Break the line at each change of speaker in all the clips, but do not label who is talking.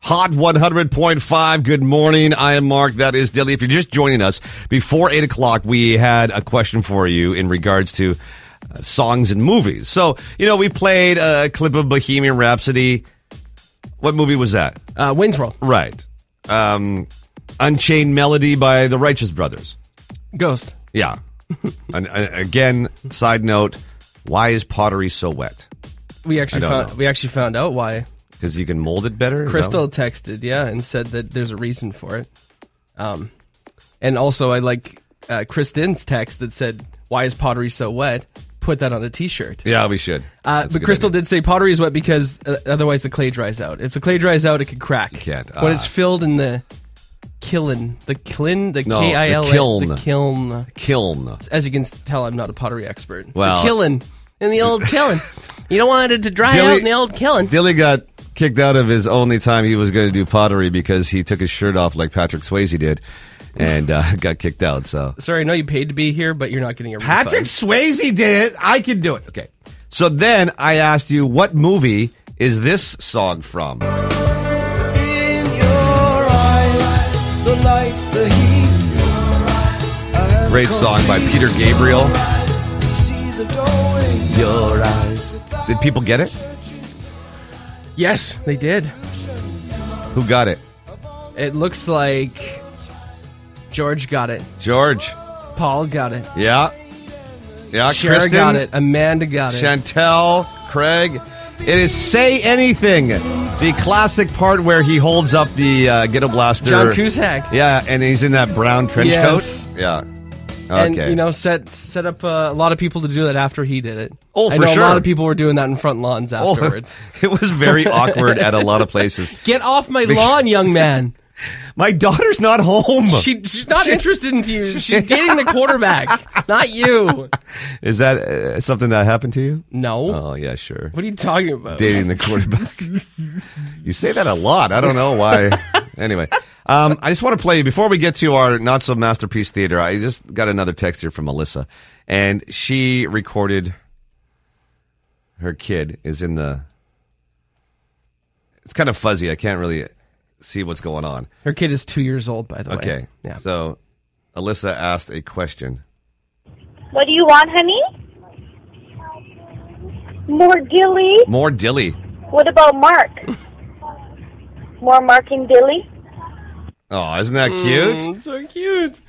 Hot 100.5. Good morning. I am Mark. That is Dilly. If you're just joining us, before 8 o'clock, we had a question for you in regards to uh, songs and movies. So, you know, we played a clip of Bohemian Rhapsody. What movie was that?
Uh, Wayne's World.
Right. Um, Unchained Melody by the Righteous Brothers.
Ghost.
Yeah. and, uh, again, side note why is pottery so wet?
We actually
I don't
found
know.
we actually found out why.
Because you can mold it better? Is that
Crystal
what-
texted, yeah, and said that there's a reason for it. Um, and also I like uh, Kristen's text that said, "Why is pottery so wet?" Put that on a T-shirt.
Yeah, we should.
Uh,
That's a
but
good
Crystal
idea.
did say pottery is wet because uh, otherwise the clay dries out. If the clay dries out, it could crack.
can't,
When
ah.
it's filled in the kiln, the kiln, the
No, the
K I L N,
kiln.
the kiln.
Kiln.
As you can s- tell, I'm not a pottery expert.
Well-
the kiln in the old kiln. You don't want it to dry
Dilly-
out in the old kiln.
Dilly got kicked out of his only time he was going to do pottery because he took his shirt off like Patrick Swayze did and uh, got kicked out. So
Sorry, I know you paid to be here, but you're not getting a refund.
Patrick Swayze did it. I can do it. Okay. So then I asked you, what movie is this song from?
In your eyes, the light, the heat,
Great song by Peter Gabriel.
see the doorway.
Your eyes. Did people get it?
Yes, they did.
Who got it?
It looks like George got it.
George.
Paul got it.
Yeah. Yeah.
Shara
Uh, Kristen?
got it. Amanda got it.
Chantel, Craig. It is Say Anything, the classic part where he holds up the uh, ghetto blaster.
John Cusack.
Yeah, and he's in that brown trench
Yes.
coat. Yeah. Okay.
And you know, set set up uh, a lot of people to do that after he did it.
Oh,
I
for
know
sure.
A lot of people were doing that in front lawns
Oh,
afterwards.
it was very awkward at a lot of places.
Get off my
Because-
lawn, young man.
My daughter's not home.
She, she's not interested in you. She's dating the quarterback, not you.
is that uh, something that happened to you?
No.
Oh yeah, sure.
What are you talking about?
Dating the quarterback. you say that a lot. I don't know why. anyway, um, I just want to play before we get to our not so masterpiece theater. I just got another text here from Melissa, and she recorded her kid is in the. It's kind of fuzzy. I can't really see what's going on.
Her kid is two years old, by the way.
Okay.
Yeah.
So, Alyssa asked a question.
What do you want, honey? More dilly.
More dilly.
What about Mark? More Mark and Dilly?
Oh, isn't that cute?
Mm, so cute.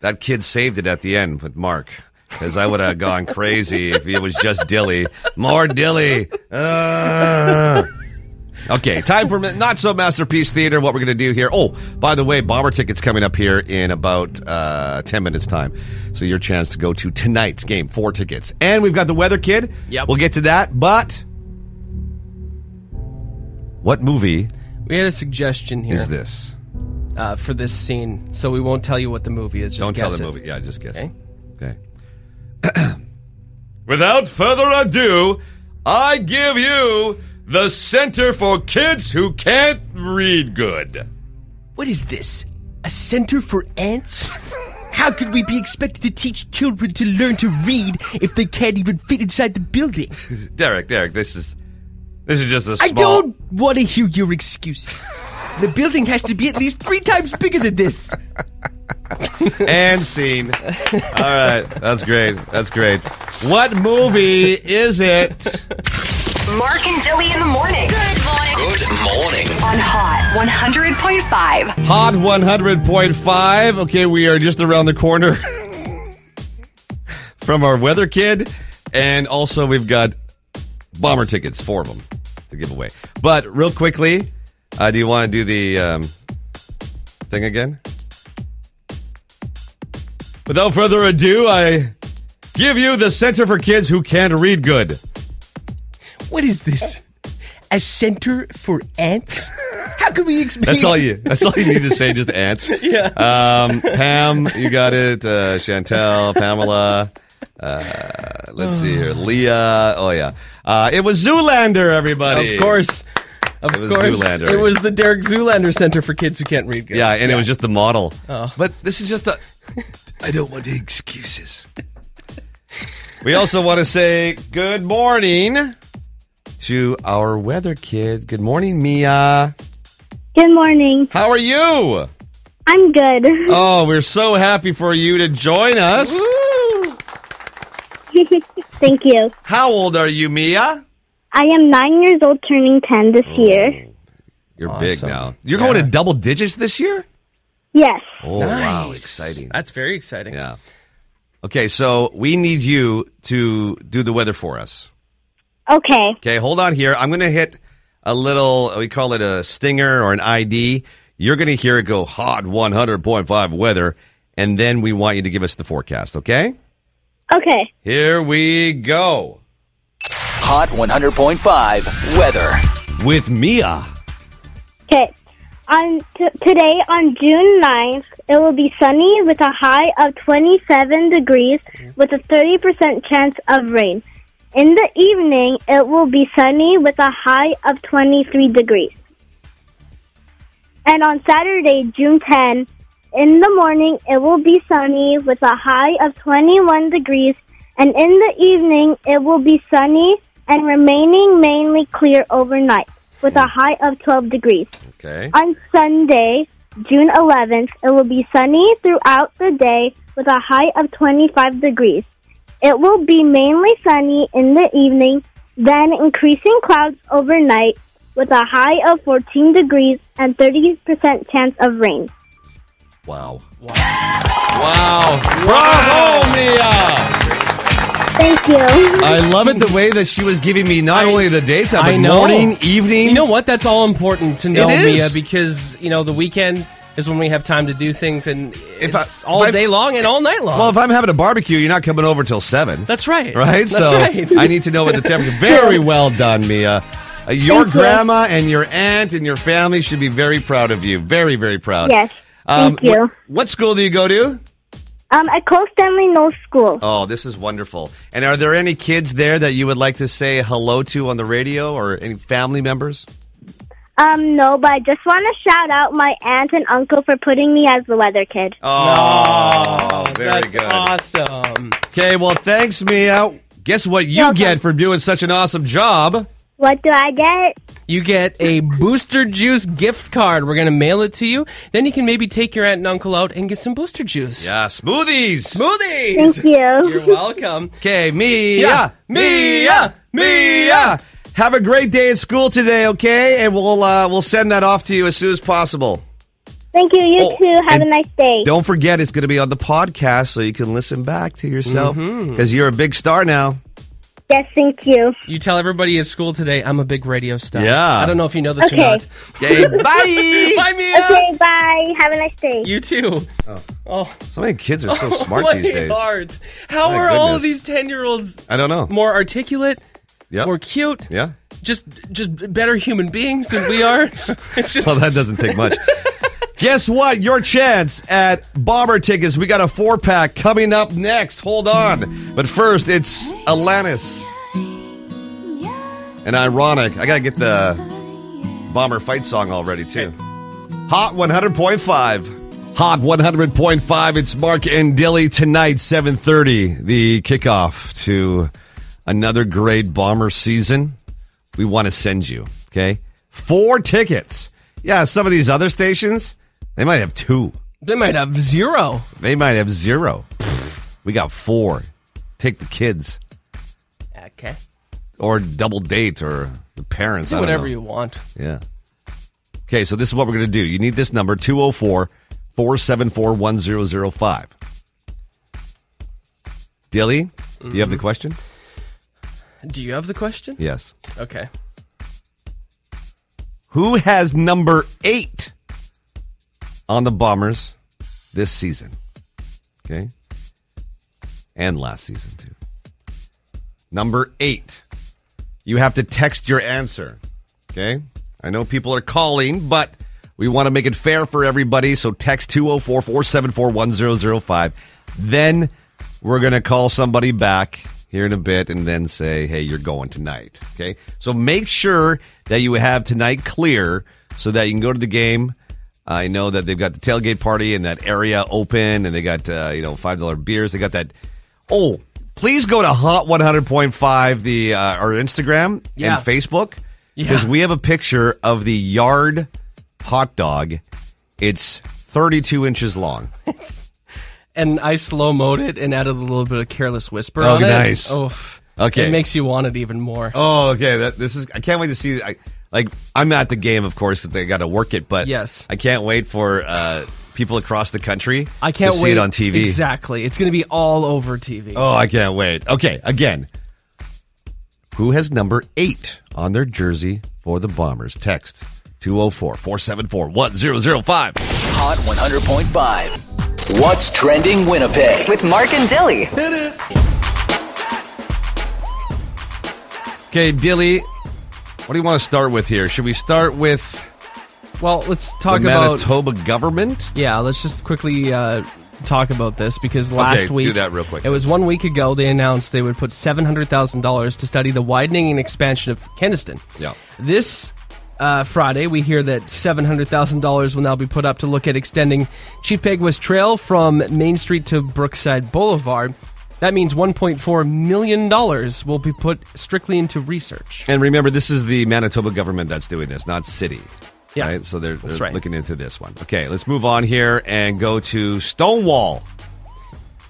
That kid saved it at the end with Mark. Because I would have gone crazy if it was just Dilly. More Dilly. Ugh. Okay, time for Not So Masterpiece Theater. What we're going to do here. Oh, by the way, Bomber tickets coming up here in about uh, 10 minutes' time. So your chance to go to tonight's game. Four tickets. And we've got the Weather Kid.
Yep.
We'll get to that. But what movie
We had a suggestion here
is this?
uh, for this scene, so we won't tell you what the movie is. Just
Don't tell
guess
the
it.
movie. Yeah, just guess.
Okay.
Okay. Without further ado, I give you the Center for Kids Who Can't Read Good.
What is this? A center for ants? How could we be expected to teach children to learn to read if they can't even fit inside the building?
Derek, Derek, this is this is just a small.
I don't want to hear your excuses. The building has to be at least three times bigger than this.
and scene. All right, that's great. That's great. What movie is it?
Mark and Dilly in the morning. Good morning. Good morning. On Hot 100.5.
Hot 100.5. Okay, we are just around the corner from our weather kid. And also, we've got bomber tickets, four of them to give away. But real quickly, uh, do you want to do the um, thing again? Without further ado, I give you the Center for Kids Who Can't Read Good.
What is this? A center for ants? How can we expect?
That's all you. That's all you need to say. Just ants. Yeah. Um, Pam, you got it. Uh, Chantel, Pamela. Uh, let's see here. Leah. Oh yeah. Uh, it was Zoolander, everybody.
Of course, of
It was
course,
Zoolander.
it was the Derek Zoolander Center for kids who can't read. Good.
Yeah, and it was just the model.
Oh.
But this is just the. I don't want the excuses. we also want to say good morning to our weather kid. Good morning, Mia.
Good morning.
How are you?
I'm good.
Oh, we're so happy for you to join us.
Thank you.
How old are you, Mia?
I am nine years old, turning 10 this year.
You're big
Awesome.
now. You're going to double digits this year?
Yes.
Oh, wow.
Nice.
Exciting.
That's very exciting.
Yeah. Okay, so we need you to do the weather for us.
Okay.
Okay, hold on here. I'm going to hit a little, we call it a stinger or an ID. You're going to hear it go hot 100.5 weather, and then we want you to give us the forecast, okay?
Okay.
Here we go
Hot 100.5 weather.
with Mia.
Okay. On t- today, on June 9th, it will be sunny with a high of 27 degrees with a 30% chance of rain. In the evening, it will be sunny with a high of 23 degrees. And on Saturday, June 10, in the morning, it will be sunny with a high of 21 degrees. And in the evening, it will be sunny and remaining mainly clear overnight with a high of 12 degrees.
Okay.
On Sunday, June 11th, it will be sunny throughout the day with a high of 25 degrees. It will be mainly sunny in the evening, then increasing clouds overnight with a high of 14 degrees and 30% chance of rain.
Wow.
Wow.
Bravo, Mia!
Thank you.
I love it the way that she was giving me not only the daytime,
I
but
know.
morning, evening.
You know what? That's all important to know,
is.
Mia, because you know the weekend is when we have time to do things, and
If
it's
I-
all
if I-
day long and all night long.
well, if I'm having a barbecue, you're not coming over till 7.
that's right.
right?
That's
so
right.
I need to know what the temperature. Very well done, Mia. Uh, your
Thank you.
grandma and your aunt and your family should be very proud of you. Very, very proud. Um,
Yes. Thank you.
wh- what school do you go to?
Um, at Cole Stanley No School.
Oh, this is wonderful. And are there any kids there that you would like to say hello to on the radio or any family members?
Um, no, but I just want to shout out my aunt and uncle for putting me as the weather kid.
Oh, very
that's
good.
awesome.
Okay, well, thanks, Mia. Guess what you
Welcome.
get for doing such an awesome job?
What do I get?
You get a Booster Juice gift card. We're gonna mail it to you. Then you can maybe take your aunt and uncle out and get some Booster Juice.
Yeah, smoothies.
Smoothies.
Thank you.
You're welcome.
Okay, Mia,
Yeah. Mia, Mia.
Have a great day at school today, okay? And we'll uh, we'll send that off to you as soon as possible.
Thank you. You
Oh,
too. Have a
and
nice day.
Don't forget, it's going to be on the podcast, so you can listen back to yourself
Mm-hmm.
because you're a big star now.
Yes, thank you.
You tell everybody at school today I'm a big radio star.
Yeah.
I don't know if you know this
Okay.
or not.
Okay, bye.
Bye, Mia.
Okay, bye. Have a nice day.
You too. Oh.
So many kids are so smart
my
these days.
heart. How
My
are all of
goodness.
these 10 year olds
I don't know.
more articulate,
Yeah,
more cute,
yeah.
just just better human beings than we are? it's just
Well, that doesn't take much. Guess what? Your chance at bomber tickets. We got a four pack coming up next. Hold on. But first, it's Alanis. And ironic, I gotta get the bomber fight song already too. Hot 100.5. Hot 100.5. It's Mark and Dilly tonight, 7:30. The kickoff to another great bomber season. We want to send you, okay? Four tickets. Yeah, some of these other stations, they might have two.
they might have zero.
They might have zero. We got four. Take the kids
Okay.
or double date or the parents. I
Do
don't
whatever
know.
you want.
Yeah. Okay, so this is what we're going to do. You need this number 204 474 1005. Dilly, do you have the
Mm-hmm.
question?
Do you have the question?
Yes.
Okay.
Who has number eight on the Bombers this season? Okay. And last season, too. Number eight. You have to text your answer. Okay. I know people are calling, but we want to make it fair for everybody. So text 204 474 1005. Then we're going to call somebody back here in a bit and then say, hey, you're going tonight. Okay. So make sure that you have tonight clear so that you can go to the game. I know that they've got the tailgate party in that area open and they got, uh, you know, $5 beers. They got that. Oh, please go to Hot 100.5, the, uh, our Instagram
Yeah.
and Facebook.
Yeah.
Because we have a picture of the yard hot dog. It's 32 inches long.
and I slow mowed it and added a little bit of careless whisper.
Oh,
on it.
nice.
Oof.
Okay.
It makes you want it even more.
Oh, okay. That this is. I can't wait to see. I, like I'm at the game, of course, that they got to work it, but
Yes.
I can't wait for uh, people across the country.
I can't
to
wait
see it on TV.
Exactly. It's going to be all over TV.
Oh, I can't wait. Okay, again, who has number eight on their jersey for the Bombers? Text 204 474 1005.
Hot 100.5. What's trending Winnipeg?
With Mark and Dilly.
Okay, Dilly, what do you want to start with here? Should we start with
Well, let's talk
the
about.
Manitoba government?
Yeah, let's just quickly uh, talk about this because last
Okay, do
week
that real quick.
It was one week ago they announced they would put seven hundred thousand dollars to study the widening and expansion of Keniston.
Yeah.
This uh, Friday we hear that seven hundred thousand dollars will now be put up to look at extending Chief Pegwas Trail from Main Street to Brookside Boulevard. That means one point four million dollars will be put strictly into research.
And remember, this is the Manitoba government that's doing this, not city.
Yeah.
Right? So they're, they're
That's right.
looking into this one. Okay, let's move on here and go to Stonewall.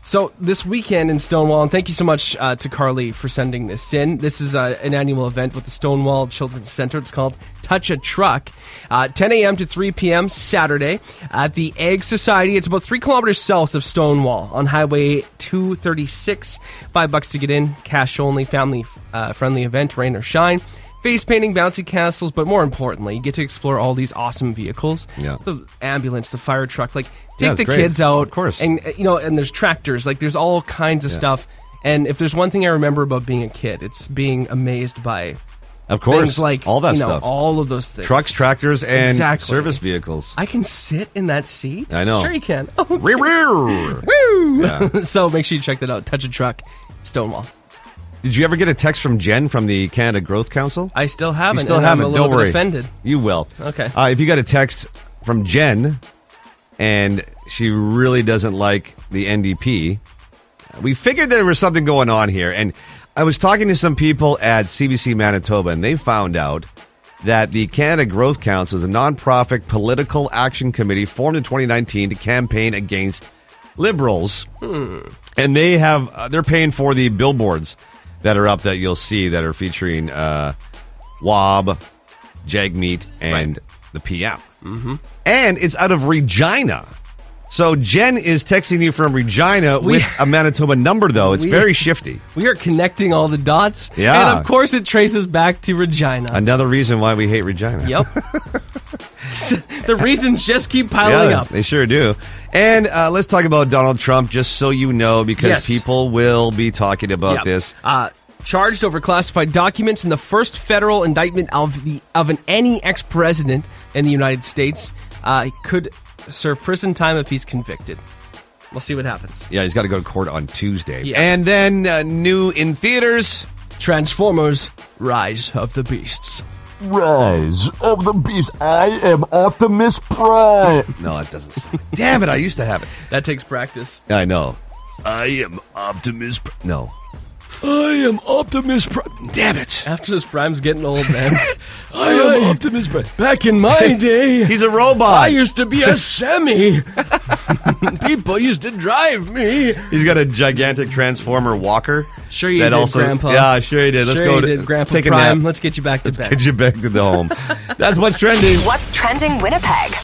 So this weekend in Stonewall, and thank you so much uh, to Carly for sending this in. This is uh, an annual event with the Stonewall Children's Center. It's called Touch a Truck, uh, 10 a.m. to 3 p.m. Saturday at the Egg Society. It's about three kilometers south of Stonewall on Highway 236. Five bucks to get in, cash only, family uh, friendly event, rain or shine. Face painting, bouncy castles, but more importantly, you get to explore all these awesome vehicles.
Yeah.
The ambulance, the fire truck, like
Yeah,
take
it's
the
great.
kids out
Of course.
and uh, you know and there's tractors like there's all kinds of stuff and if there's one thing i remember about being a kid it's being amazed by
Of course.
things like
all that
you know,
stuff.
all of those things
Trucks, tractors, and
Exactly.
service vehicles.
i can sit in that seat
I know.
sure you can oh,
Rear, rear.
woo!
Yeah.
so make sure you check that out touch a truck stonewall
Did you ever get a text from Jen from the Canada Growth Council?
i still haven't
you still
and
haven't.
I'm a little
Don't
bit
worry.
offended
You will.
Okay.
Uh, if you got a text from Jen and she really doesn't like the NDP, we figured there was something going on here. And I was talking to some people at CBC Manitoba, and they found out that the Canada Growth Council is a nonprofit political action committee formed in 2019 to campaign against liberals and they have uh, they're paying for the billboards that are up that you'll see that are featuring uh, Wob, Jagmeet, and the PM. Mm-hmm. And it's out of Regina. So Jen is texting you from Regina with a Manitoba number, though. It's
We-
very shifty.
we are connecting all the dots
Yeah.
and of course it traces back to regina
Another reason why we hate Regina.
yep the reasons just keep piling
Yeah,
up
They sure do. And uh, let's talk about Donald Trump, just so you know, because
Yes.
people will be talking about
Yeah.
this.
Uh, charged over classified documents in the first federal indictment of the of an any ex president in the United States uh, could serve prison time if he's convicted. We'll see what happens.
Yeah, he's got to go to court on Tuesday.
Yeah.
And then uh, new in theaters.
Transformers: Rise of the Beasts.
Rise of the Beast. I am Optimus Prime.
No, it doesn't sound. Damn it! I used to have it.
That takes practice.
I know.
I am Optimus Prime.
No. I am Optimus Prime. Damn it!
Optimus Prime's getting old, man.
I am Optimus Prime.
Back in my day,
He's a robot.
I used to be a semi. People used to drive me.
He's got a gigantic transformer walker.
Sure you did, Grandpa.
Yeah, sure he did. Let's
sure
go
you
to
did, Grandpa
take a
Prime.
nap.
Let's get you back to bed.
Get you back to the home. That's what's trending.
What's trending Winnipeg?